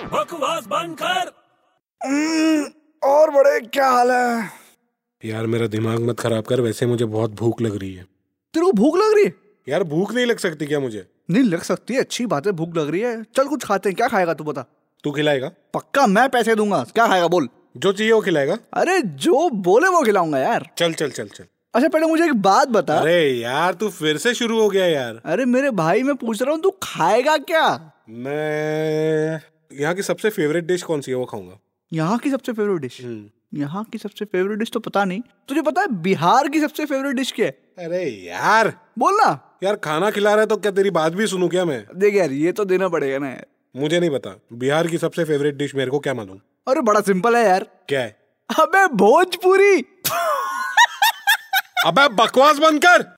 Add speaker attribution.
Speaker 1: आवाज बंद कर
Speaker 2: और बड़े क्या हाल है
Speaker 3: यार मेरा दिमाग मत खराब कर वैसे मुझे बहुत भूख लग रही है
Speaker 2: तेरे को भूख लग रही है
Speaker 3: यार भूख नहीं लग सकती क्या मुझे
Speaker 2: नहीं लग सकती है अच्छी बात है भूख लग रही है चल कुछ खाते हैं क्या खाएगा तू बता
Speaker 3: तू खिलाएगा
Speaker 2: पक्का मैं पैसे दूंगा क्या खाएगा बोल
Speaker 3: जो चाहिए वो खिलाएगा
Speaker 2: अरे जो बोले वो खिलाऊंगा यार
Speaker 3: चल चल चल चल
Speaker 2: अच्छा पहले मुझे एक बात बता
Speaker 3: अरे यार तू फिर से शुरू हो गया यार
Speaker 2: अरे मेरे भाई मैं पूछ रहा हूँ तू खाएगा क्या
Speaker 3: मैं यहाँ की सबसे फेवरेट डिश कौन सी है वो खाऊंगा हम्म।
Speaker 2: यहाँ की सबसे फेवरेट डिश यहाँ की सबसे फेवरेट डिश तो पता नहीं तुझे पता है बिहार की सबसे फेवरेट डिश क्या है
Speaker 3: अरे यार
Speaker 2: बोलना
Speaker 3: यार खाना खिला रहा है तो क्या तेरी बात भी सुनू क्या मैं
Speaker 2: देख यार ये तो देना पड़ेगा ना यार
Speaker 3: मुझे नहीं पता बिहार की सबसे फेवरेट डिश मेरे को क्या मालूम
Speaker 2: अरे बड़ा सिंपल है यार
Speaker 3: क्या है
Speaker 2: अबे भोजपुरी
Speaker 3: अबे बकवास बंद कर